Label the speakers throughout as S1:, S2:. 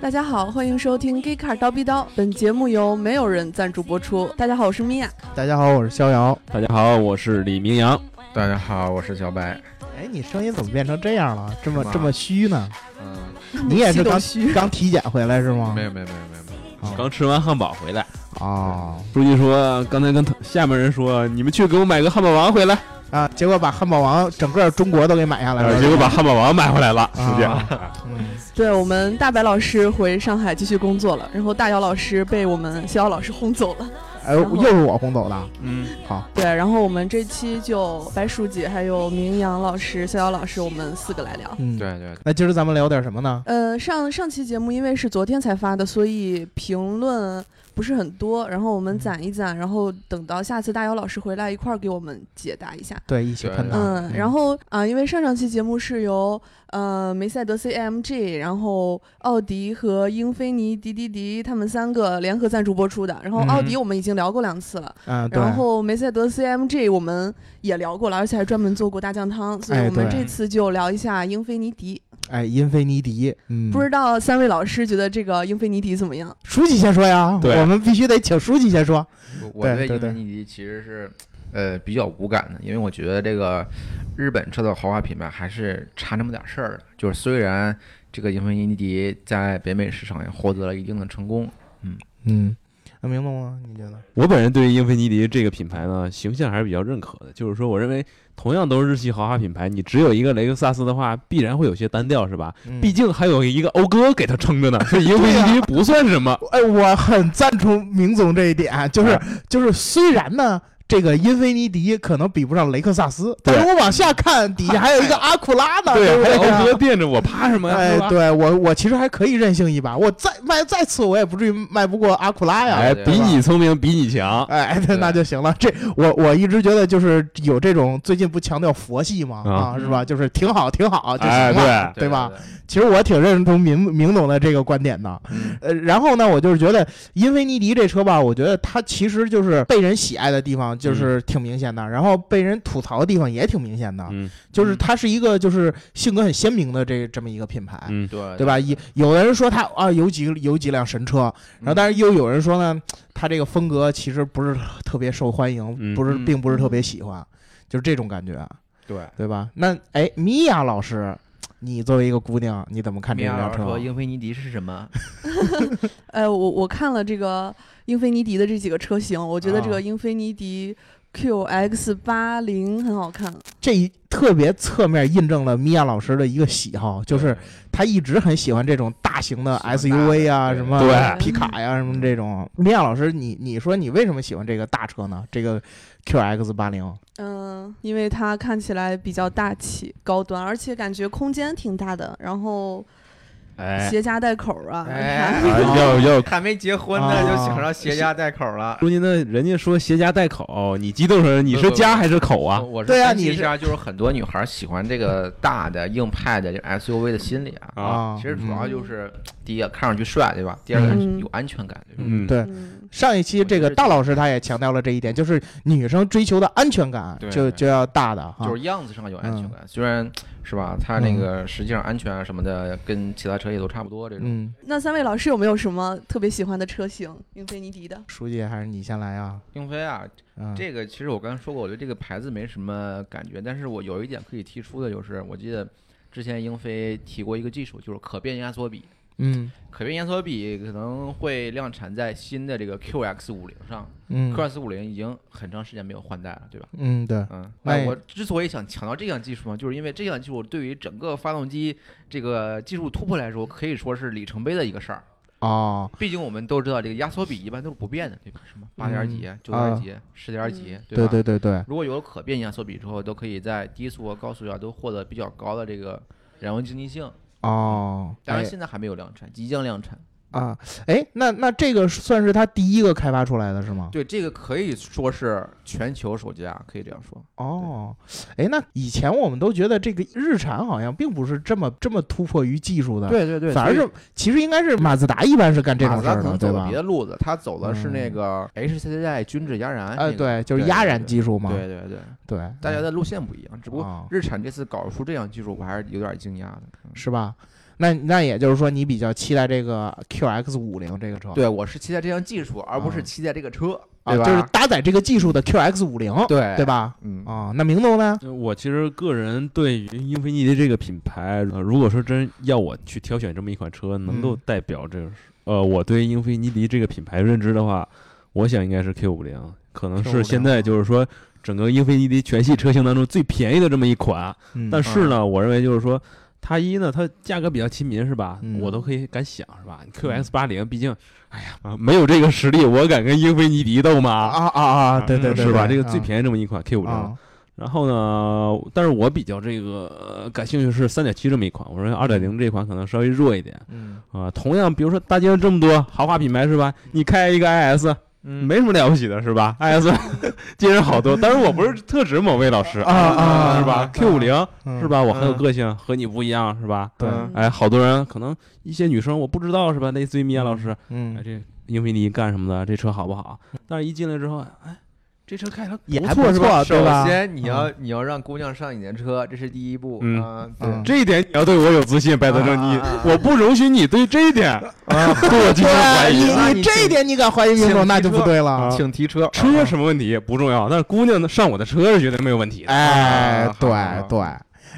S1: 大家好，欢迎收听《Gay Car 刀逼刀》，本节目由没有人赞助播出。大家好，我是米娅。
S2: 大家好，我是逍遥。
S3: 大家好，我是李明阳。
S4: 大家好，我是小白。
S2: 哎，你声音怎么变成这样了？这么
S4: 是吗
S2: 这么虚呢？
S4: 嗯，
S2: 你也是
S1: 激动
S2: 刚
S1: 虚
S2: 刚体检回来是吗？
S4: 没有没有没有没有没有，
S3: 刚吃完汉堡回来，
S2: 哦
S3: 书记说刚才跟下面人说，你们去给我买个汉堡王回来，
S2: 啊，结果把汉堡王整个中国都给买下来
S3: 啊
S2: 了。
S3: 结果把汉堡王买回来了。书记，
S2: 啊嗯
S1: 对我们大白老师回上海继续工作了，然后大姚老师被我们逍遥老师轰走了。
S2: 哎，
S1: 然后
S2: 又是我轰走的。
S3: 嗯，
S2: 好，
S1: 对，然后我们这期就白书记、还有明阳老师、逍遥老师，我们四个来聊。
S2: 嗯，。
S4: 对对，
S2: 那今儿咱们聊点什么呢？
S1: 呃，上上期节目因为是昨天才发的，所以评论不是很多。然后我们攒一攒，然后等到下次大姚老师回来一块儿给我们解答一下。
S2: 对，一起
S4: 对
S2: 喷他。
S1: 嗯，然后啊、因为上上期节目是由呃梅赛德斯 AMG，然后奥迪和英菲尼迪迪迪他们三个联合赞助播出的。然后奥迪
S3: 嗯
S1: 我们已经聊过两次了，
S2: 嗯，对。
S1: 然后梅赛德斯 AMG 我们也聊过了，而且还专门做过大酱汤，所以
S2: 哎
S1: 我们
S2: 对
S1: 这次就聊一下英菲尼迪。
S2: 哎，英菲尼迪，嗯，
S1: 不知道三位老师觉得这个英菲尼迪怎么样？
S2: 书记先说呀，
S3: 对
S2: 我们必须得请书记先说。
S4: 我我
S2: 对
S4: 对
S2: 对
S4: 英
S2: 对
S4: 菲尼迪其实是呃比较无感的，因为我觉得这个日本车的豪华品牌还是差那么点事儿的。就是虽然这个英菲尼迪在北美市场也获得了一定的成功，
S2: 嗯，能明白吗？你觉得？
S3: 我本人对于英菲尼迪这个品牌呢，形象还是比较认可的。就是说，我认为同样都是日系豪华品牌，你只有一个雷克萨斯的话，必然会有些单调，是吧？毕
S2: 毕，
S3: 竟还有一个讴歌给他撑着呢， 所以英菲尼迪不算什么。
S2: 哎，我很赞同明总这一点，就是
S3: 哎
S2: 就是，虽然呢。这个英菲尼迪可能比不上雷克萨斯，但
S3: 对
S2: 是我往下看，底下还 有一个
S3: 啊
S2: 阿库拉呢，对不
S3: 还有
S2: 对
S3: 讴
S2: 啊
S3: 歌垫着我，怕什么呀？
S2: 哎
S3: 是，吧
S2: 对我我其实还可以任性一把，我再卖再次我也不至于卖不过阿库拉呀。
S3: 哎，
S4: 对
S3: 比你聪明，比你强
S2: 哎，那那就行了。这我我一直觉得就是有这种最近不强调佛系嘛，
S3: 啊
S2: 啊，是吧？就是挺好挺好就行
S3: 哎
S2: 了，
S3: 对
S4: 啊
S2: 对吧？？其实我挺认同明明总的这个观点的。
S4: 嗯
S2: 呃，然后呢，我就是觉得英菲尼迪这车吧，我觉得它其实就是被人喜爱的地方
S3: 嗯
S2: 就是挺明显的，然后被人吐槽的地方也挺明显的，
S3: 嗯
S2: 就是它是一个就是性格很鲜明的这这么一个品牌。
S3: 嗯，
S4: 对
S2: 对吧？有有的人说它啊有几有几辆神车，然
S3: 嗯
S4: 嗯
S2: 后但是又有人说呢，它这个风格其实不是特别受欢迎，
S3: 嗯
S2: 不是
S4: 嗯
S2: 并不是特别喜欢，就是这种感觉，啊
S4: 对。
S2: 对吧？那哎，米娅老师，你作为一个姑娘，你怎么看这
S4: 米娅
S2: 辆
S4: 老师
S2: 车
S4: 说？英菲尼迪是什么？
S1: 哎，我我看了这个英菲尼迪的这几个车型，我觉得这
S2: 啊
S1: 个英菲尼迪 QX 八零很好看。啊
S2: 这一特别侧面印证了米娅老师的一个喜好，就是她一直很喜欢这种大型的
S4: 喜欢大的
S2: SUV 啊，
S4: 对嗯
S2: 什么
S3: 对
S2: 皮卡呀、什么这种。米娅老师，你你说你为什么喜欢这个大车呢？这个 QX 八零，
S1: 嗯，因为它看起来比较大气、高端，而且感觉空间挺大的，然后
S3: 哎，
S1: 携家带口啊，
S4: 哎
S1: 你看
S3: 啊要要
S4: 还没结婚呢，
S2: 啊
S4: 就想让携家带口了。
S3: 如今呢，人家说携家带口，你激动什么？你是家还是口啊
S4: 我？我是
S2: 对啊
S4: 分析
S2: 你
S4: 一
S2: 是
S4: 下，就是很多女孩喜欢这个大的硬派的这个 SUV 的心理啊。
S2: 啊
S4: 其实主要
S1: 嗯
S4: 就是第一个看上去帅，对吧？第二个
S1: 嗯
S4: 有安全感，对吧？
S3: 嗯，
S2: 对
S1: 嗯，
S2: 上一期这个大老师他也强调了这一点，就是女生追求的安全感啊
S4: 对
S2: 就
S4: 对
S2: 就要大的哈
S4: 就。是样子上有安全感，虽然是吧，它
S2: 嗯
S4: 那个实际上安全啊什么的跟其他车也都差不多这种。
S2: 嗯，
S1: 那三位老师有没有什么特别喜欢的车型？英菲尼迪的？
S2: 书记还是你先来啊。
S4: 英菲啊，
S2: 嗯，
S4: 这个其实我刚才说过，我对这个牌子没什么感觉，但是我有一点可以提出的就是，我记得之前英菲提过一个技术，就是可变压缩比。
S2: 嗯
S4: 可变压缩比可能会量产在新的这个 QX 五零上
S2: 嗯
S4: ，QX 五零已经很长时间没有换代了，对吧？
S2: 嗯对，
S4: 嗯，
S2: 哎
S4: 哎，我之所以想强调这项技术呢，就是因为这项技术对于整个发动机这个技术突破来说，可以说是里程碑的一个事儿。
S2: 哦，
S4: 毕竟我们都知道，这个压缩比一般都是不变的，对吧？什么八点儿几、九点
S2: 啊
S4: 儿几、十点儿几，
S2: 对
S4: 吧？
S2: 对对对，
S4: 如果有了可变压缩比之后，都可以在低速和高速啊上都获得比较高的这个燃油经济性。
S2: 哦，
S4: 当然，
S2: 哎
S4: 现在还没有量产，即将量产。
S2: 啊，哎，那那这个算是他第一个开发出来的是吗？
S4: 对，这个可以说是全球首家，啊可以这样说。
S2: 哦，哎，那以前我们都觉得这个日产好像并不是这么这么突破于技术的，，
S4: 对对
S2: 反而是其实应该是马自达一般是干这
S4: 马
S2: 种
S4: 自
S2: 事儿
S4: 达可
S2: 的，
S4: 能走
S2: 对
S4: 了
S2: 吧
S4: 别？的路子，它走的是那
S2: 嗯
S4: 个 HCCI 均质压燃。
S2: 哎，
S4: 那个，
S2: 对，就是
S4: 对
S2: 压
S4: 对
S2: 燃
S4: 对
S2: 技术嘛，
S4: 对对对，
S2: 对，
S4: 大
S2: 嗯
S4: 家的路线不一样。只不过
S2: 哦
S4: 日产这次搞出这样技术，我还是有点惊讶的。
S2: 是吧？那那也就是说，你比较期待这个 QX 五零这个车，
S4: 对，我是期待这项技术，而不是
S2: 嗯
S4: 期待这个车，
S2: 啊，
S4: 对吧？
S2: 就是搭载这个技术的 QX 五零，
S4: 对
S2: 对？吧？
S4: 嗯，
S2: 啊，那明总呢？
S3: 呃我其实个人对于英菲尼迪这个品牌，呃，如果说真要我去挑选这么一款车，能够
S2: 嗯
S3: 代表这个呃我对英菲尼迪这个品牌认知的话，我想应该是 Q 五零，可能
S2: Q50
S3: 是现在就是说整个英菲尼迪全系车型当中最便宜的这么一款。
S2: 嗯
S3: 但是呢，我认为就是说。它一呢，它价格比较亲民，是吧？
S2: 嗯
S3: 我都可以敢想，是吧？QX 八零，毕竟，哎呀，啊没有这个实力，我敢跟英菲尼迪斗
S2: 啊
S3: 吗？
S2: 啊啊，对对对，
S3: 嗯是吧？
S2: 对
S3: 这个最
S4: 嗯
S2: 啊
S3: 便宜这么一款 Q 五零，
S2: 啊
S3: 然后呢，但是我比较这个、呃感兴趣是三点七这么一款，我认为二点零这款可能稍微弱一点
S2: 嗯
S3: 啊、同样，比如说大街上这么多豪华品牌是吧？你开一个 IS
S4: 嗯
S3: 没什么了不起的是吧？IS 街上好多，但是我不是特指某位老师
S2: 啊啊
S3: 是吧
S2: 啊
S3: ？Q 五零
S2: 嗯
S3: 是吧？我很有
S4: 嗯
S3: 个性，和你不一样是吧？
S2: 对
S4: 嗯
S3: 哎，好多人可能一些女生我不知道是吧？类似于米娅老师，哎，
S2: 嗯，
S3: 这英菲尼迪干什么的？这车好不好？但是一进来之后，哎，这车开起来
S2: 也
S3: 不
S2: 还
S3: 错
S2: 不
S3: 是吧？
S2: 错，对吧
S4: 首？先你要你要让姑娘上你的车，这是第一步
S3: 嗯
S4: 啊。
S2: 嗯
S4: 对，
S3: 这一点你要对我有自信，白德正，你
S4: 啊啊啊
S3: 我不容许你对这一点 对我进行怀
S2: 对，
S3: 疑。
S4: 那
S2: 你
S4: 你
S2: 这一点你敢怀疑明总，
S4: 请
S2: 那就不对了。
S3: 啊
S4: 请提车，
S3: 车什么问题不重要，但是姑娘上我的车是绝对没有问题的
S2: 哎
S4: 啊，
S2: 对
S4: 好
S2: 对。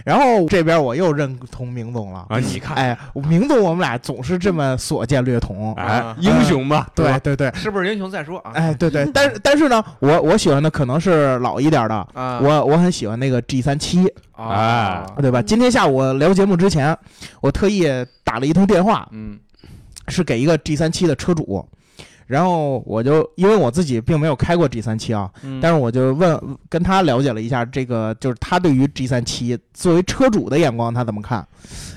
S2: 然后这边我又认同明总了，
S3: 啊！你看，
S2: 哎，明总我们俩总是这么所见略同，
S3: 哎，英雄吧，对
S2: 对
S3: 吧，
S2: 对对，
S4: 是不是英雄再说啊？
S2: 哎对对，但是但是呢，我我喜欢的可能是老一点的。
S4: 啊，
S2: 我哎我很喜欢那个 G 三七，
S4: 啊，
S2: 对吧？
S1: 嗯
S2: 今天下午聊节目之前，我特意打了一通电话，
S4: 嗯
S2: 是给一个 G 三七的车主，然后我就因为我自己并没有开过 G 三七啊，
S4: 嗯
S2: 但是我就问跟他了解了一下，这个就是他对于 G 三七作为车主的眼光他怎么看，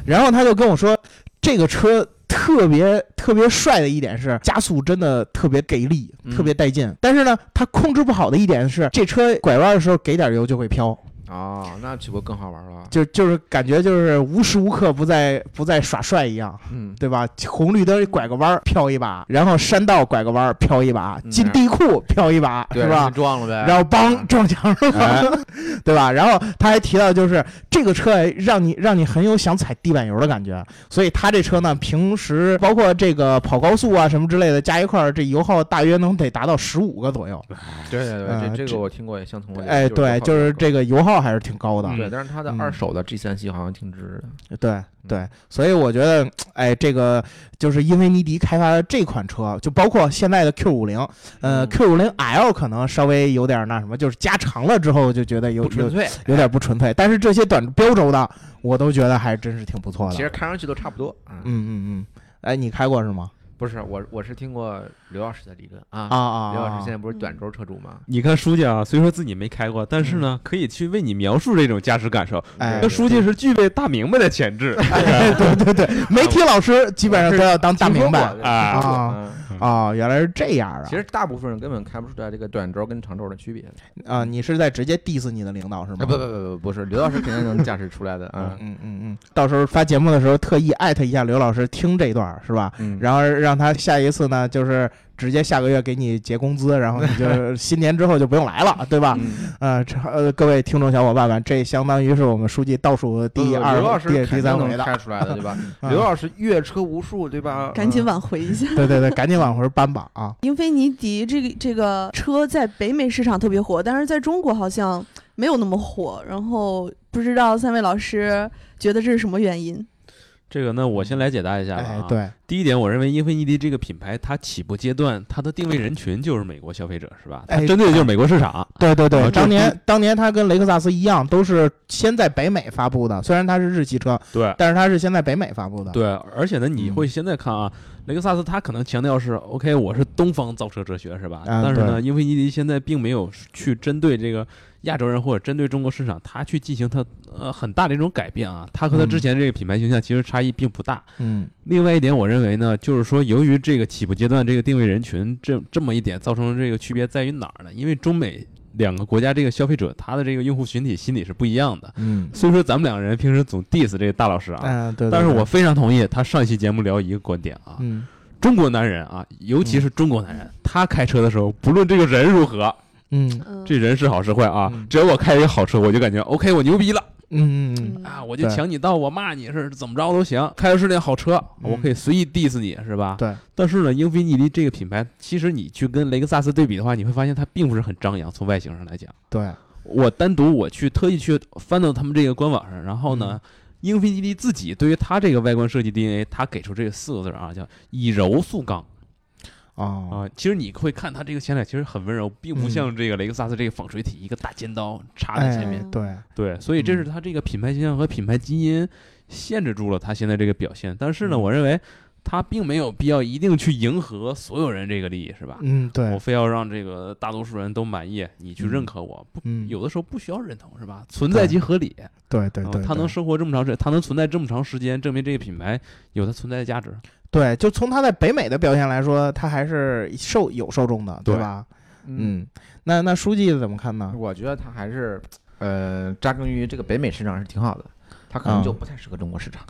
S2: 然后他就跟我说，这个车特别特别帅的一点是加速真的特别给力，
S4: 嗯
S2: 特别带劲，但是呢，他控制不好的一点是这车拐弯的时候给点油就会飘，
S4: 哦，那岂不更好玩了？
S2: 就就是感觉就是无时无刻不在不在耍帅一样。
S4: 嗯，
S2: 对吧？红绿灯拐个弯儿飘一把，然后山道拐个弯儿飘一把，
S4: 嗯
S2: 进地库飘一把，
S4: 对，
S2: 是吧
S4: 你？撞了呗。啊
S2: 然后梆撞墙上
S3: 哎
S2: 了， 对吧？然后他还提到，就是这个车让你让你很有想踩地板油的感觉，所以他这车呢，平时包括这个跑高速啊什么之类的，加一块儿，这油耗大约能得达到十五个左右。
S4: 对对
S2: 呃
S4: 对，这这
S2: 这
S4: 个我听过也相同的。
S2: 哎，对，就是这
S4: 个。
S2: 个油耗还是挺高的。
S4: 对，但是它的
S2: 嗯
S4: 二手的 G 三系好像挺值的。
S2: 对
S4: 嗯
S2: 对，所以我觉得，哎，这个就是英菲尼迪开发的这款车，就包括现在的 Q 五零，呃
S4: 嗯
S2: ，Q 五零 L 可能稍微有点那什么，就是加长了之后就觉得有
S4: 不
S2: 有
S4: 纯粹，
S2: 有点不纯粹，但是这些短标轴的我都觉得还真是挺不错的。
S4: 其实看上去都差不多啊。
S2: 嗯嗯嗯，哎，你开过是吗？
S4: 不是，我我是听过刘老师的理论啊。
S2: 啊啊，
S4: 刘老
S2: 啊
S4: 师现在不是短轴车主吗？
S3: 你看书记啊，虽说自己没开过，但是呢，可以去为你描述这种驾驶感受。
S2: 哎
S3: 那，书记是具备大明白的潜质，
S2: 对对对，媒体老师基本上都要当大明白
S4: 听说过
S3: 啊
S4: 听说过
S2: 啊
S4: 嗯
S2: 啊，原来是这样啊。
S4: 其实大部分人根本看不出来这个短轴跟长轴的区别的。
S2: 啊，你是在直接 diss 你的领导是吗？
S4: 啊，不不不不，不是，刘老师肯定能驾驶出来的啊。
S2: 嗯嗯嗯，到时候发节目的时候特意艾特一下刘老师听这段儿是吧？
S4: 嗯，
S2: 然后让他下一次呢，就是直接下个月给你结工资，然后你就新年之后就不用来了，对吧？
S4: 嗯
S2: 呃，这呃，各位听众小伙伴们，这相当于是我们书记倒数第
S4: 呃刘
S2: 二
S4: 老
S2: 回、
S4: 师
S2: 第
S4: 肯
S2: 第
S4: 定
S2: 三
S4: 能
S2: 回的，
S4: 开出来的，对吧？
S2: 嗯
S4: 刘老师阅车无数，对吧？
S1: 赶紧
S4: 嗯
S1: 挽回一下。
S2: 对对对，赶紧往回扳吧啊！
S1: 英菲尼迪这个这个车在北美市场特别火，但是在中国好像没有那么火。然后不知道三位老师觉得这是什么原因？
S3: 这个呢，我先来解答一下吧、
S2: 哎
S3: 啊。，
S2: 对，
S3: 第一点，我认为英菲尼迪这个品牌，它起步阶段，它的定位人群就是美国消费者，是吧？它
S2: 哎
S3: 针对的就是美国市场。
S2: 对对
S3: 啊
S2: 对，
S3: 这
S2: 呃当
S3: 是
S2: 年当年它跟雷克萨斯一样，都是先在北美发布的，虽然它是日系车，
S3: 对
S2: 但是它是先在北美发布的。
S3: 对，而且呢，你
S2: 嗯
S3: 会现在看啊，雷克萨斯它可能强调是 OK，我是东方造车哲学是吧？
S2: 啊
S3: 但是呢，
S2: 对
S3: 英菲尼迪现在并没有去针对这个亚洲人或者针对中国市场，它去进行它呃很大的一种改变啊。它和它之
S2: 嗯
S3: 前这个品牌形象其实差异并不大。
S2: 嗯
S3: 另外一点，我认为呢，就是说由于这个起步阶段这个定位人群这这么一点造成这个区别在于哪儿呢？因为中美两个国家这个消费者他的这个用户群体心理是不一样的。
S2: 嗯
S3: 虽说咱们两个人平时总 diss 这个大老师啊，
S2: 嗯，对，对
S3: 但是
S2: 对
S3: 我非常同意他上一期节目聊一个观点啊，
S2: 嗯。
S3: 中国男人啊，尤其是中国男人，他开车的时候，不论这个人如何，
S2: 嗯
S1: 嗯，
S3: 这人是好是坏啊
S2: 嗯，
S3: 只要我开一个好车，我就感觉 OK，我牛逼了。
S2: 嗯嗯嗯，
S1: 嗯
S3: 啊，我就
S2: 对
S3: 抢你道，我骂你是怎么着都行。开的是辆好车，
S2: 嗯
S3: 我可以随意 diss 你，是吧？
S2: 对。
S3: 但是呢，英菲尼迪这个品牌，其实你去跟雷克萨斯对比的话，你会发现它并不是很张扬。从外形上来讲，
S2: 对，
S3: 我单独我去特意去翻到他们这个官网上，然后呢，
S2: 嗯
S3: 英菲尼迪自己对于它这个外观设计 DNA，它给出这个四个字儿啊，叫以柔塑刚
S2: 哦，
S3: 啊。其实你会看它这个前脸，其实很温柔，并不
S2: 嗯
S3: 像这个雷克萨斯这个纺锤体一个大尖刀插在
S2: 哎
S3: 前面。，
S1: 嗯
S2: 对，
S3: 对，所以这
S2: 嗯
S3: 是他这个品牌形象和品牌基因限制住了他现在这个表现。但是呢，
S2: 嗯
S3: 我认为他并没有必要一定去迎合所有人这个利益，是吧？
S2: 嗯
S3: 我
S2: 对，
S3: 非要让这个大多数人都满意，你去认
S2: 嗯
S3: 可我，不，
S2: 嗯，
S3: 有的时候不需要认同，是吧？存在
S2: 对
S3: 即合理。
S2: 对对
S4: 哦
S3: 啊
S2: 对，
S3: 他
S2: 对
S3: 能生活这么长时间，他能存在这么长时间，证明这个品牌有它存在的价值。
S2: 对，就从他在北美的表现来说，他还是受有受众的，对
S3: 对
S2: 吧？，嗯，那那书记怎么看呢？
S4: 我觉得它还是啊呃扎根于这个北美市场是挺好的，它可
S2: 啊
S4: 能就不太适合中国市场。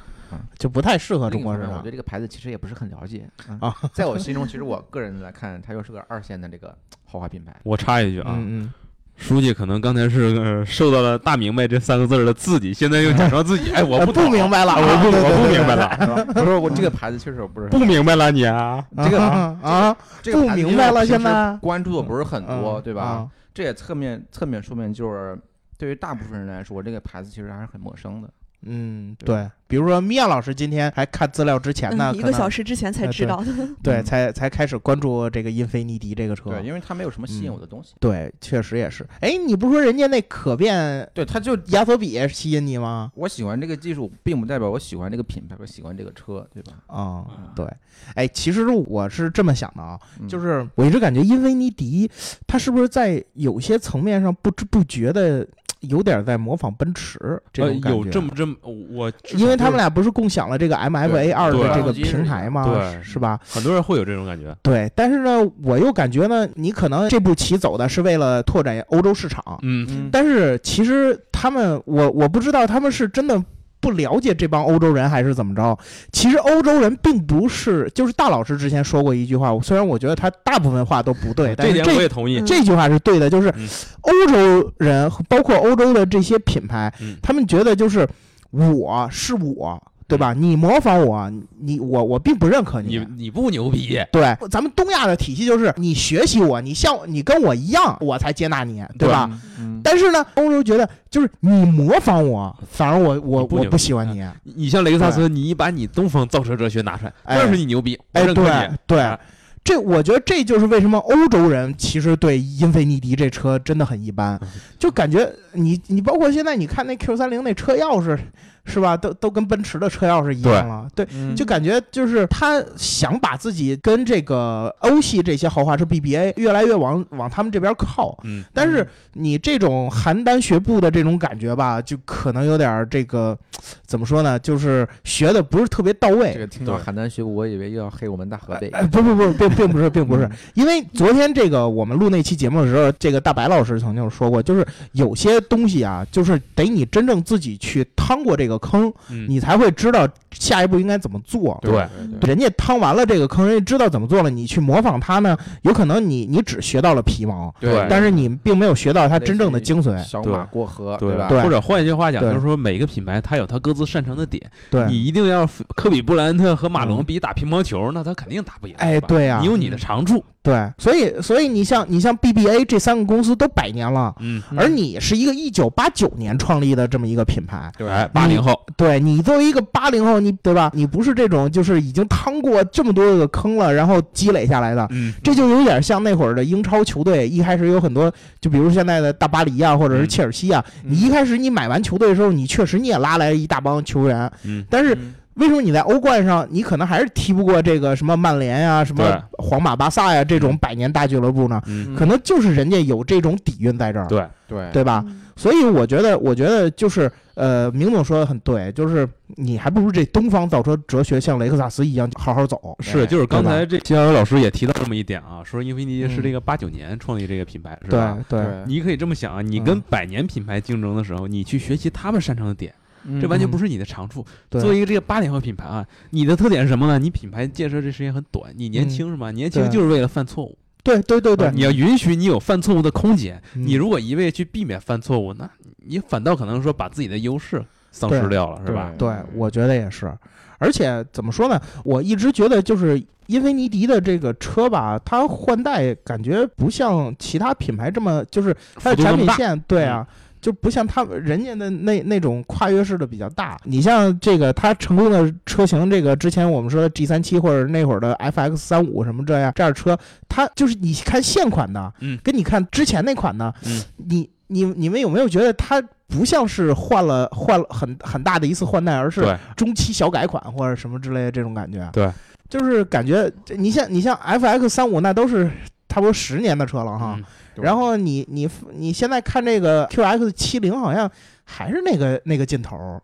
S2: 就不太适合啊中
S4: 另一
S2: 国市
S4: 方面我
S2: 场
S4: 对。这个牌子其实也不是很了解
S2: 啊
S4: 啊， 在我心中，其实我个人来看，它又是个二线的这个豪华品牌。
S3: 我插一句啊，
S2: 嗯
S3: 书记可能刚才是、呃、受到了“大明白”这三个字儿的刺激，现在又假装自己，哎，
S2: 嗯，
S3: 我不
S2: 不
S3: 懂
S2: 明白了啊，
S3: 我不
S2: 对
S3: 我
S2: 对
S3: 不
S2: 对
S3: 明白
S2: 对
S3: 了
S2: 对
S4: 不是我这个牌子确实我不是很
S3: 不明白了你啊。
S4: 这个
S2: 啊啊，
S4: 这个
S2: 不
S4: 牌子因
S2: 明
S4: 为
S2: 白
S4: 我
S2: 了
S4: 平
S2: 现
S4: 时
S2: 在
S4: 关注的不是很多，
S2: 嗯
S4: 对吧？
S2: 啊
S4: 这也侧面侧面说明就是。对于大部分人来说，这个牌子其实还是很陌生的。
S2: 嗯，对，比如说米娅老师今天还看资料之前呢，
S1: 嗯，一个小
S2: 时，
S1: 时之前才
S2: 呃
S1: 知
S2: 对
S1: 道的。
S2: 对，
S4: 嗯
S2: 才才开始关注这个英菲尼迪这个车。
S4: 对，因为它没有什
S2: 嗯
S4: 么吸引我的东西。
S2: 对，确实也是。哎，你不是说人家那可变
S4: 对，它就
S2: 压缩比也吸引你吗？
S4: 我喜欢这个技术，并不代表我喜欢这个品牌，我喜欢这个车，对吧？
S2: 啊、对，哎，其实我是这么想的啊，
S4: 嗯
S2: 就是我一直感觉英菲尼迪，它是不是在有些层面上不知不觉的有点在模仿奔驰这
S3: 呃，
S2: 种感觉？啊
S3: 有这么这么，我至
S2: 因为
S3: 少
S2: 他们
S3: 就是
S2: 俩不是共享了这个 MFA 二
S3: 对
S2: 的这
S4: 发
S2: 个
S4: 动机
S2: 平
S4: 是
S2: 台吗？
S3: 对
S2: 啊是吧？
S3: 很多人会有这种感觉，
S2: 对，但是呢，我又感觉呢，你可能这步棋走的是为了拓展欧洲市场，
S3: 嗯，
S2: 但是其实他们，我我不知道他们是真的不了解这帮欧洲人，还是怎么着。其实欧洲人并不是，就是大老师之前说过一句话，虽然我觉得他大部分话都不对，但
S3: 嗯这
S2: 是
S3: 点
S2: 这嗯
S3: 我也同意。
S2: 这句话是对的，就是
S3: 嗯
S2: 欧洲人，包括欧洲的这些品牌
S3: 嗯，
S2: 他们觉得就是我是我，对吧？你模仿我，你我我并不认可
S3: 嗯你你不牛逼，
S2: 对，咱们东亚的体系就是你学习我，你像我你跟我一样，我才接纳你，对吧？？
S4: 嗯，
S2: 但是呢，欧洲觉得就是你模仿我，反而我我
S3: 你不
S2: 我
S3: 牛
S2: 不
S3: 逼
S2: 喜欢你。
S3: 你你像雷克萨斯，你把你东方造车哲学拿出来，
S2: 哎
S3: 那是你牛逼，我
S2: 哎，
S3: 认可
S2: 对
S3: 你。
S2: 对
S3: 啊，
S2: 这我觉得这就是为什么欧洲人其实对英菲尼迪这车真的很一般，
S3: 嗯
S2: 就感觉你你包括现在你看那 Q 三零那车钥匙是吧，都都跟奔驰的车钥匙一样了，对。
S4: 嗯
S2: 就感觉就是他想把自己跟这个欧系这些豪华车 BBA 越来越往往他们这边靠，
S3: 嗯，
S2: 但是你这种邯郸学步的这种感觉吧，就可能有点儿这个，怎么说呢？就是学的不是特别到
S4: 这
S2: 位。
S4: 个听到
S3: 对
S4: 邯郸学步，我以为又要黑我们大河北。
S2: 哎，不不不，并并不是，并不是，因为昨天这个我们录那期节目的时候，这个大白老师曾经说过，就是有些东西啊，就是得你真正自己去趟过这个坑，
S3: 嗯
S2: 你才会知道下一步应该怎么做。
S3: 对
S4: 对对
S2: 人家趟完了这个坑，人家知道怎么做了，你去模仿他呢，有可能你你只学到了皮毛，
S4: 哎
S3: 对
S2: 但是你并没有学到它真正的精髓。
S4: 小
S3: 对
S4: 马过河，吧？
S2: 对
S3: 或者换一句话讲，
S2: 对
S3: 就是说每个品牌它有它各自擅长的点，
S2: 对，
S3: 你一定要科比布莱恩特和马龙
S2: 嗯
S3: 比打乒乓球，那他肯定打不赢。
S2: 哎
S3: 是吧
S2: 对啊
S3: 你有你的长处，
S2: 对，所以所以你像你像 BBA 这三个公司都百年了，
S3: 嗯，
S2: 而你是一个一九八九年创立的这么一个品牌，
S4: 对
S3: 哎，八零后，
S2: 对你作为一个八零后，你对吧？你不是这种就是已经趟过这么多个坑了，然后积累下来的。
S3: 嗯，
S2: 这就有点像那会儿的英超球队，一开始有很多，就比如现在的大巴黎啊，或者是切尔西啊，
S4: 嗯
S2: 你一开始你买完球队的时候，你确实你也拉来一大帮球员，
S3: 嗯
S2: 但是
S4: 嗯
S2: 为什么你在欧冠上，你可能还是踢不过这个什么曼联呀、什么皇马、巴萨呀、这种百年大俱乐部呢？
S3: 嗯，
S2: 可能就是人家有这种底蕴在这儿，
S3: 对，
S4: 对
S2: 对吧？
S1: 嗯
S2: 所以我觉得，我觉得就是呃，明总说的很对，就是你还不如这东方造车哲学像雷克萨斯一样好好走。
S3: 是，就是刚
S2: 哎对吧
S3: 才这逍遥老师也提到这么一点啊，说英菲尼迪是
S2: 嗯
S3: 这个八九年创立这个品牌，是
S2: 对嗯
S3: 吧？
S2: 对，
S3: 你可以这么想啊，你跟百年品牌竞争的时候，你去学习他们擅长的点，这完全不是你的长处。
S2: 嗯对
S3: 作为一个这个八零后品牌啊，你的特点是什么呢？你品牌建设这时间很短，你年轻是吧？年轻
S2: 嗯对
S3: 就是为了犯错误，
S2: 对对对对，
S3: 你要允许你有犯错误的空间。
S2: 嗯
S3: 你如果一味去避免犯错误，那你反倒可能说把自己的优势丧失掉了，是吧？嗯
S2: 对，我觉得也是。而且怎么说呢？我一直觉得，就是英菲尼迪的这个车吧，它换代感觉不像其他品牌这么，就是它的
S3: 幅度
S2: 产
S3: 这么
S2: 品
S3: 大嗯
S2: 线，对啊，就不像他们人家的那那种跨越式的比较大。你像这个它成功的车型，这个之前我们说的 G 三七或者那会儿的 FX 三五什么这样这样的车，它就是你看现款的，
S3: 嗯
S2: 跟你看之前那款呢，
S3: 嗯
S2: 你你你们有没有觉得它不像是换了换了很很大的一次换代，而是
S3: 对
S2: 中期小改款或者什么之类的这种感觉？啊
S3: 对，
S2: 就是感觉这你像你像 FX 三五那都是差不多十年的车了哈，
S3: 嗯
S4: 对
S2: 然后你你你现在看这个 QX 七零好像还是那个那个劲头儿，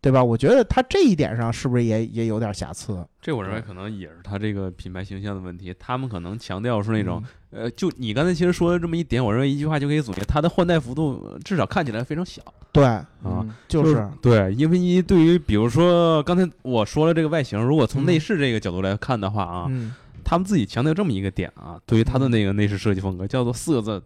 S2: 对吧？我觉得它这一点上是不是也也有点瑕疵？
S3: 这我认为可能也是它这个品牌形象的问题，他们可能强调是那种，
S2: 嗯
S3: 呃，就你刚才其实说的这么一点，我认为一句话就可以总结，它的换代幅度呃至少看起来非常小
S2: 对，
S3: 啊。
S4: 嗯
S2: 就是、
S3: 对，因为一对于比如说刚才我说了这个外形，如果从
S2: 嗯
S3: 内饰这个角度来看的话啊，
S2: 嗯，
S3: 他们自己强调这么一个点啊，对于它的那个内饰设计风格叫做四个字：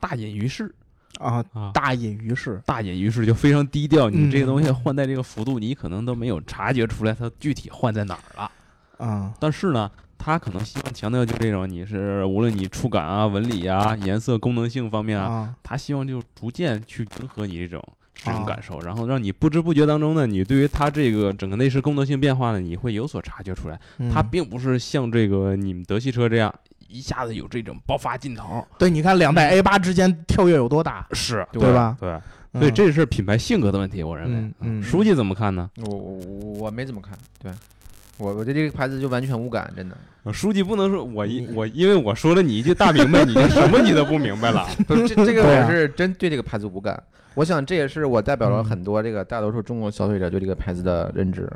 S3: 大隐于市
S2: 啊，
S3: 啊。
S2: 大隐于市，
S3: 大隐于市就非常低调，你
S2: 嗯
S3: 这个东西换代这个幅度，你可能都没有察觉出来它具体换在哪儿了。
S2: 啊，
S3: 但是呢，它可能希望强调就这种，你是无论你触感啊、纹理啊、颜色、功能性方面啊，
S2: 啊，
S3: 它希望就逐渐去迎合你这种这种感受，然后让你不知不觉当中呢，你对于它这个整个内饰功能性变化呢，你会有所察觉出来。它
S2: 嗯
S3: 并不是像这个你们德系车这样一下子有这种爆发劲头，
S2: 对，你看两代 A 八之间跳跃有多大，
S3: 是
S4: 对
S2: 对吧？
S3: 嗯对，
S2: 嗯
S3: 所以这是品牌性格的问题，我认为
S2: 嗯。嗯
S3: 书记怎么看呢？
S4: 我我我我没怎么看，对我我对这个牌子就完全无感，真的。
S3: 书记不能说我一我，因为我说了你一句大明白，你就什么你都不明白了。
S4: 不是这这 个
S2: 对啊嗯
S4: 我是真对这个牌子无感。我想这也是我代表了很多这个大多数中国消费者对这个牌子的认知。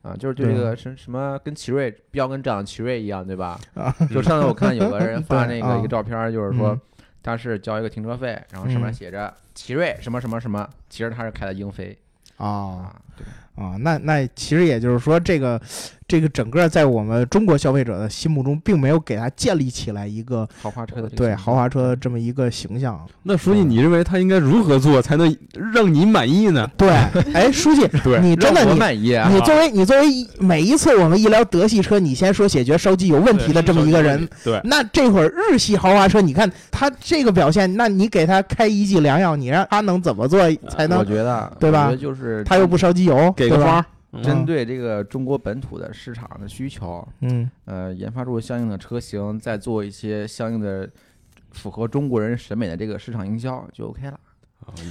S4: 啊，就是对这
S2: 对啊
S4: 个什什么跟奇瑞标跟长奇瑞一样，对吧？
S2: 啊
S4: 就上次我看有个 人发
S2: 对
S4: 那
S2: 啊
S4: 个一个照片儿，就是说
S2: 嗯
S4: 他是交一个停车费，然后上面写着奇瑞什么什么什么，其实他是开的英菲
S2: 啊
S4: 啊，对
S2: 啊，那那其实也就是说，这个这个整个在我们中国消费者的心目中，并没有给它建立起来一个
S4: 豪华车的这个
S2: 对
S4: 形象
S2: 豪华车这么一个形象。啊
S3: 那书记，你认为他应该如何做才能让你满意 呢？
S2: 对，哎，书记，
S3: 对
S2: 你真的
S4: 让我
S2: 你
S4: 满意啊！
S2: 你作为你作为一每一次我们一聊德系车，你先说解决烧机油问题的这么一个人，，
S3: 对，
S2: 那这会儿日系豪华车，你看他这个表现，那你给他开一剂良药，你让他能怎么做才
S4: 我
S2: 能？
S4: 觉得
S2: 对吧
S4: 我觉得就是
S2: 他又不嗯烧机油，
S3: 给个
S2: 对啊吧
S3: 方，
S4: 针对这个中国本土的市场的需求，
S2: 嗯
S4: 呃，研发出相应的车型，再做一些相应的符合中国人审美的这个市场营销就 OK 了。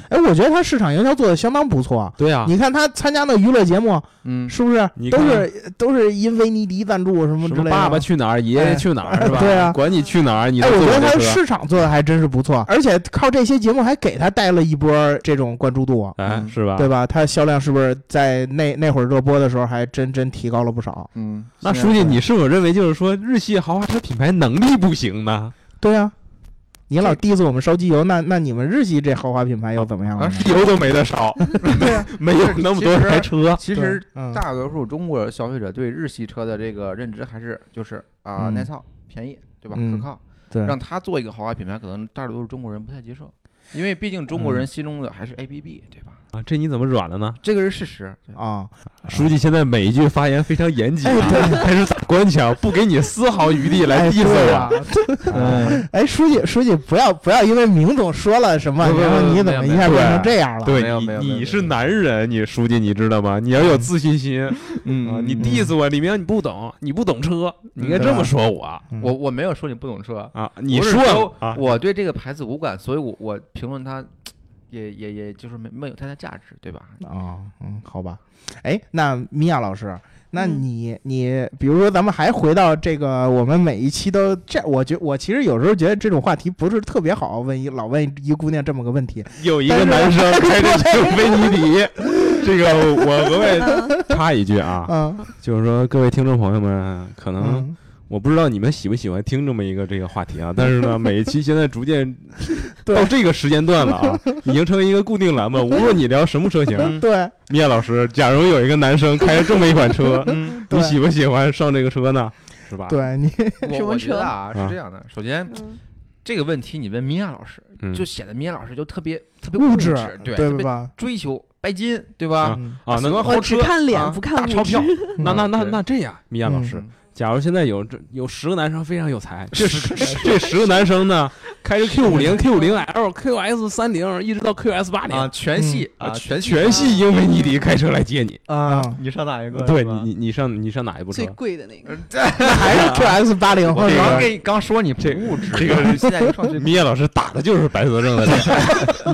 S2: 哎，我觉得他市场营销做的相当不错。
S3: 对啊，
S2: 你看他参加的娱乐节目，
S4: 嗯，
S2: 是不是
S3: 你
S2: 都
S3: 看
S2: 是都是英菲尼迪赞助什么之
S3: 什
S2: 类
S3: 么
S2: 的？
S3: 爸爸去哪儿，爷爷去哪 儿，是吧？
S2: 对啊
S3: 管你去哪儿，你都
S2: 哎，我
S3: 坐
S2: 觉得
S3: 我
S2: 他
S3: 这车。
S2: 市场做的还真是不错，而且靠这些节目还给他带了一波这种关注度，啊
S3: 哎，
S4: 嗯
S3: 是吧？
S2: 对吧？他销量是不是在那那会儿热播的时候还真真提高了不少？
S4: 嗯，
S3: 那
S4: 现在
S3: 书记，你是否认为就是说日系豪华车品牌能力不行呢？
S2: 对呀、你老 diss 我们烧机油，那那你们日系这豪华品牌又怎么样
S4: 啊
S2: 了呢？
S3: 油都没得烧，
S2: 啊
S3: 没有那么多台车。
S4: 其实
S2: 对嗯
S4: 大多数中国消费者对日系车的这个认知还是就是啊、
S2: 嗯
S4: 耐操、便宜，对吧？
S2: 嗯
S4: 可靠。
S2: 对
S4: 让他做一个豪华品牌，可能大多数中国人不太接受，因为毕竟中国人心中的还是 ABB，对
S2: 嗯
S4: 吧？
S3: 啊，这你怎么软了呢？
S4: 这个是事实。对
S2: 啊，
S3: 书记现在每一句发言非常严谨
S2: 哎
S3: 啊，
S2: 对
S3: 开始打官腔，不给你丝毫余地来
S2: 哎
S3: diss
S2: 对
S3: 我。
S2: 啊哎，书记，书记，不要不要，因为明总说了什么，
S4: 不不
S2: 然后
S4: 不
S2: 你
S4: 不
S2: 怎
S4: 没有
S2: 么
S4: 没
S2: 一
S4: 有
S2: 下变
S3: 对
S2: 成这样了？
S3: 对
S4: 没有
S3: 你
S4: 没有，没有
S3: 你是男人，你书记，你知道吗？你要有自信 心啊！你 diss 我，李明，你不懂，你不懂车，你应该这么说我
S2: 嗯
S4: 我我没有说你不懂车，
S3: 啊！你
S4: 我是
S3: 说啊，
S4: 我对这个牌子无感，所以我我评论它，也也也就是没没有太大价值，对 吧？
S2: 啊，嗯，好吧。哎，那米娅老师，那
S1: 嗯
S2: 你、你，比如说，咱们还回到这个，我们每一期都这，我觉我其实有时候觉得这种话题不是特别好，问一老问一姑娘这么个问题，
S3: 有一
S2: 但
S3: 个
S2: 是
S3: 男生开 着英菲尼迪，这个我额外插一句 啊，
S2: 嗯
S3: 就是说各位听众朋友们，可能
S2: 嗯
S3: 我不知道你们喜不喜欢听这么一个这个话题啊，但是 呢，每一期现在逐渐
S2: 对
S3: 到这个时间段了 啊，已经成为一个固定栏目。无论你聊什么车型，
S2: 嗯对，
S3: 米娅老师，假如有一个男生开这么一款车，
S4: 嗯，
S2: 对
S3: 你喜不喜欢上这个车呢？是吧？，
S2: 对你
S1: 什
S4: 我
S1: 么
S4: 我觉
S1: 车
S4: 得啊
S3: 啊
S4: 是这样的，首先
S1: 嗯
S4: 这个问题你问米娅老师，
S3: 嗯、
S4: 就显得米娅老师就特别特别
S2: 物
S4: 质
S2: 质，，
S4: 对，特
S2: 对
S4: 别
S2: 吧？
S4: 追求拜金，对吧？
S2: 嗯
S3: 啊，能够
S4: 豪
S1: 我哦只
S4: 车
S1: 看脸
S4: 啊
S1: 不看
S4: 大
S1: 物
S4: 钞
S1: 质
S4: 票，
S3: 那那那
S4: 对
S3: 那这样，米娅老师，，假如现在有这有十个男生非常有才，嗯这十这十个男生呢，开着 Q 五零、Q 五零 L、QS 三零，一直到 QS 八
S4: 哎
S3: 零
S5: 啊，全系
S3: 啊
S4: 嗯
S5: 啊，全系
S3: 全系英菲尼迪开车来接你。
S2: 啊，
S5: 你上哪一个？
S3: 对
S5: 是吧
S3: 你，你上你上哪一部车
S1: 最？贵的那个，
S2: 那还是 QS 八零或
S4: 我
S2: 者
S4: 刚给刚说你不
S3: 这
S4: 物质，这个现在又上去
S3: 米娅老师打的就是白泽正的脸。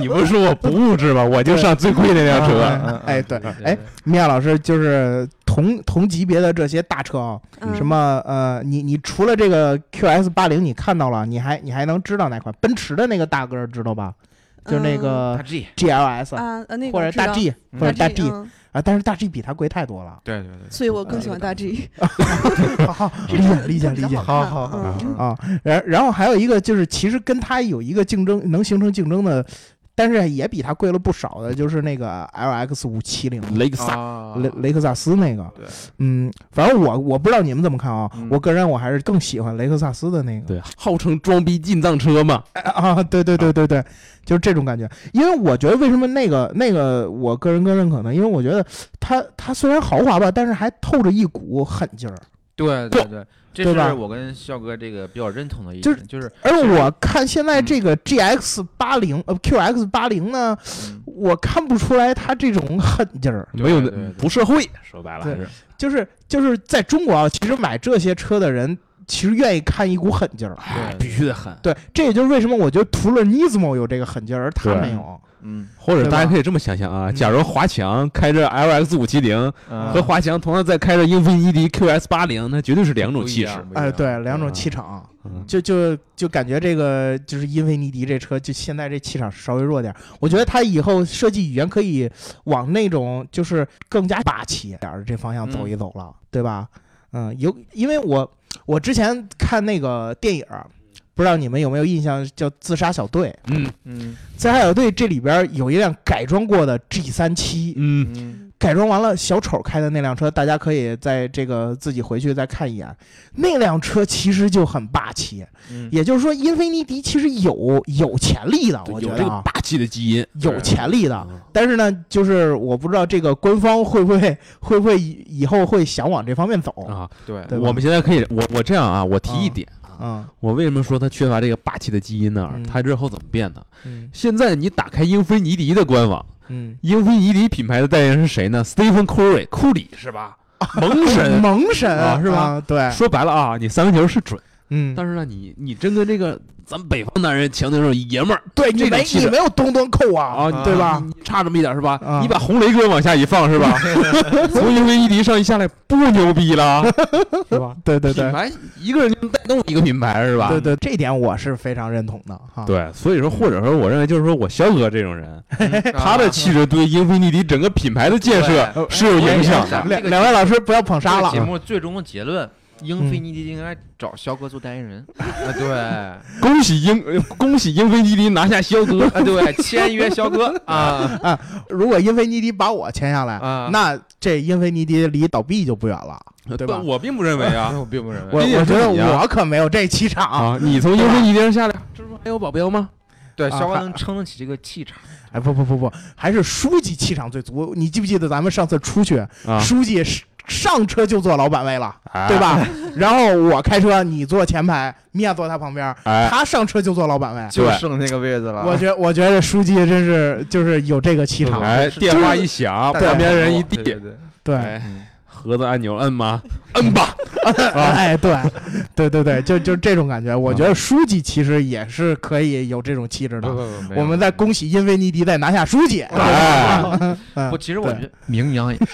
S3: 你不是说我不物质吗？我就上最贵那辆
S2: 啊
S3: 车。
S2: 啊哎对
S4: 嗯
S2: 哎，米娅老师就是同同级别的这些大车啊，
S1: 嗯
S2: 什么呃，你你除了这个 QS 八零你看到了，你还你还能知道哪款？奔驰的那个大个儿知道吧？就是那
S4: 大
S2: 个
S4: G，
S2: GLS、
S1: 嗯啊呃那个
S2: 或者
S1: 知
S2: 大
S1: 道
S2: G
S4: 嗯。
S2: 或者
S1: 大
S2: 大 G
S1: 嗯
S2: 啊，但是大 G 比它贵太多了
S4: 对对对，
S1: 所以我更喜欢大 G，
S2: 好好，理解理解理解
S5: 好
S1: 好看
S5: 好好
S1: 嗯
S4: 嗯
S2: 啊。然然后还有一个就是，其实跟它有一个竞争，能形成竞争的，但是也比它贵了不少的，就是那个 LX 五七零。
S3: 雷克萨
S4: 啊
S2: 雷雷克萨斯那个，
S4: 对，
S2: 嗯，反正我我不知道你们怎么看啊，
S4: 嗯
S2: 我个人我还是更喜欢雷克萨斯的那个，
S3: 对，号称装逼进藏车嘛。
S2: 啊，对对对对对，就是这种感觉。因为我觉得为什么那个那个，我个人更认可呢？因为我觉得它它虽然豪华吧，但是还透着一股狠劲儿。
S4: 对对对，这
S2: 对吧
S4: 是我跟肖哥这个比较认同的一
S2: 就
S4: 点
S2: 是，
S4: 就是
S2: 而
S4: 是
S2: 我看现在这个 GX 八零呃 QX 八零呢，
S4: 嗯
S2: 我看不出来它这种狠劲儿。
S4: 对
S3: 没有
S4: 对
S3: 那
S4: 对对
S3: 不社会，说白了
S2: 对
S3: 还是
S2: 就是就是在中国啊，其实买这些车的人其实愿意看一股狠劲儿。
S3: 哎
S4: 对
S3: 必须得狠。
S2: 对，这也就是为什么我觉得途乐 Nismo 有这个狠劲儿，而它
S3: 对
S2: 没有。
S4: 嗯
S3: 或
S2: 对
S3: 者
S2: 吧
S3: 大家可以这么想想啊，
S2: 嗯
S3: 假如华强开着 LX 五七零
S4: 嗯
S3: 和华强同样在开着英菲尼迪 QS 八零，那绝对是两种气势。
S4: 不一样
S2: 哎，对，两
S3: 啊
S2: 种气场，
S3: 嗯
S2: 就就就感觉这个就是英菲尼迪这车，就现在这气场稍微弱点儿。我觉得它以后设计语言可以往那种就是更加霸气点儿这方向
S4: 嗯
S2: 走一走了，对吧？嗯，有，因为我我之前看那个电影儿，不知道你们有没有印象，叫《自杀小队》。
S3: 嗯
S4: 嗯
S2: 《自杀小队》这里边儿有一辆改装过的 G 三七，
S3: 嗯，
S4: 嗯
S2: 改装完了，小丑开的那辆车，大家可以在这个自己回去再看一眼。那辆车其实就很霸气，
S4: 嗯，
S2: 也就是说，英菲尼迪其实有有潜力的，我觉
S3: 有
S2: 得
S3: 这个
S2: 啊，
S3: 霸气的基因。
S2: 有潜力的。
S3: 嗯
S2: 但是呢，就是我不知道这个官方会不会 会不会以以后会想往这方面走。
S3: 啊，
S4: 对
S2: 对吧
S3: 我们现在可以，我我这样啊，我提一点啊，
S2: 嗯嗯
S3: 我为什么说它缺乏这个霸气的基因呢
S2: 嗯？
S3: 它日后怎么变呢？
S2: 嗯
S3: 现在你打开英菲尼迪的官网，
S2: 嗯，
S3: 英菲尼迪品牌的代言人是谁呢？Stephen Curry，库里是吧？萌神。
S2: 萌神
S3: 啊是吧
S2: 啊对，
S3: 说白了啊，你三分球是准，
S2: 嗯，
S3: 但是呢，你你真跟这个咱们北方男人强那种爷们儿
S2: 对你
S3: 这种
S2: 没
S3: 气
S2: 你
S3: 质
S2: 没有东东扣啊，
S3: 啊，
S2: 对吧
S3: 你？你差这么一点是吧
S2: 啊？
S3: 你把红雷哥往下一放是 吧？从英菲尼迪上一下来，不牛逼 了，是吧？
S2: 对对
S3: 品
S2: 对。
S3: 牌一个人就能带动一个品牌是吧？
S2: 对对，这点我是非常认同的哈。
S3: 对，所以说，或者说，我认为就是说我肖哥这种人，
S4: 嗯
S3: 他的气质对英菲尼迪整个品牌的建设
S2: 呃
S3: 是有影响
S4: 咱
S3: 的。
S4: 们
S2: 两
S4: 这个
S2: 两位老师不要捧杀
S4: 这
S2: 了嗯
S4: 个节
S2: 啊！
S4: 目最终的结论，英菲尼迪应该找肖哥做代 言人。啊，对，啊，
S3: 恭喜英，呃恭喜英菲尼迪拿下肖哥
S4: 啊对，签约肖 哥啊
S2: 如果英菲尼迪把我签下来，
S4: 啊，
S2: 那这英菲尼迪离倒闭就不远了。对吧
S3: 不我并不认为啊
S4: 那我并不认
S2: 我
S4: 为，
S3: 毕竟
S2: 我觉得
S3: 是你啊
S2: 我可没有这气场。
S3: 啊！你从英菲尼迪上下来，这不还有保镖吗？
S4: 对，
S2: 啊
S4: 肖哥
S2: 还
S4: 能撑得起这个气场。
S2: 哎，不不不不，还是书记气场最足。你记不记得咱们上次出去，
S3: 啊，
S2: 书记是上车就坐老板位了，
S3: 哎
S2: 对？吧？然后我开车，你坐前排，米娅坐他旁边，
S3: 哎，
S2: 他上车就坐老板
S4: 啊
S2: 位。
S3: 对
S4: 剩那个位子了
S2: 我觉我觉得书记真是就是有这个气场，
S3: 哎，电话一响，
S4: 大
S2: 对
S4: 家
S3: 旁边人一
S4: 对
S3: 递，
S4: 对
S2: 对。
S3: 哎，
S4: 嗯
S3: 盒子按钮摁吗？摁吧。啊
S2: 哎，对，对对对，就就这种感觉。我觉得书记其实也是可以有这种气质
S4: 不不
S2: 的。
S4: 不，没有
S2: 我们在恭喜英菲尼迪再拿下书记。
S3: 哎，
S2: 嗯
S4: 不，其实我
S2: 对
S4: 觉得明阳也是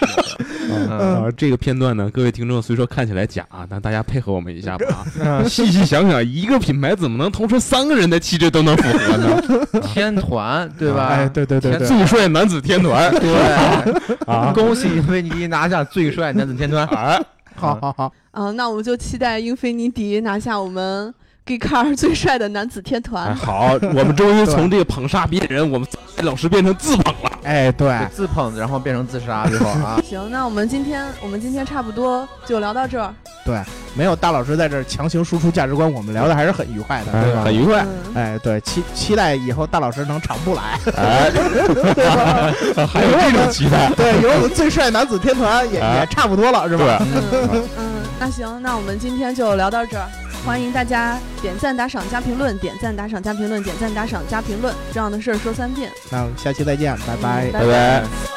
S4: 有的，嗯
S3: 啊，这个片段呢，各位听众虽说看起来假啊，但大家配合我们一下吧 啊。
S4: 嗯
S3: 细细想想，一个品牌怎么能同时三个人的气质都能符合呢？
S4: 天嗯团 对吧？
S2: 哎，对对对对，
S3: 最帅男子天团
S4: 对，
S3: 啊，
S4: 恭喜英菲尼迪拿下最帅男子天团。
S3: 哎，
S2: 好好好，
S1: 啊，那我们就期待英菲尼迪拿下我们 Gay Car 最帅的男子天
S3: 哎
S1: 团。 ，
S3: 好，我们终于从这个捧杀别人，我们老师变成自 捧了。
S2: 哎，对
S4: 对，自捧然后变成自杀，最后啊
S1: 行，那我们今天我们今天差不多就聊到这儿。
S2: 没有大老师在这儿强行输出价值观，我们聊的还是很愉快的，对吧？
S3: 很愉快，
S1: 嗯
S2: 哎，对，期期待以后大老师能常不来，
S3: 哎，
S2: 对吧？
S3: 还有这种期待，
S2: 对，有我们最帅男子天团也、
S3: 哎
S2: 也差不多了，是吧？
S3: 对，
S1: 嗯，嗯，那行，那我们今天就聊到这儿。欢迎大家点赞、打赏、加评论，点赞、打赏、加评论，点赞、打赏、加评论，这样的事儿说三遍。
S2: 那我们下期再见，拜拜
S1: 嗯拜
S3: 拜拜。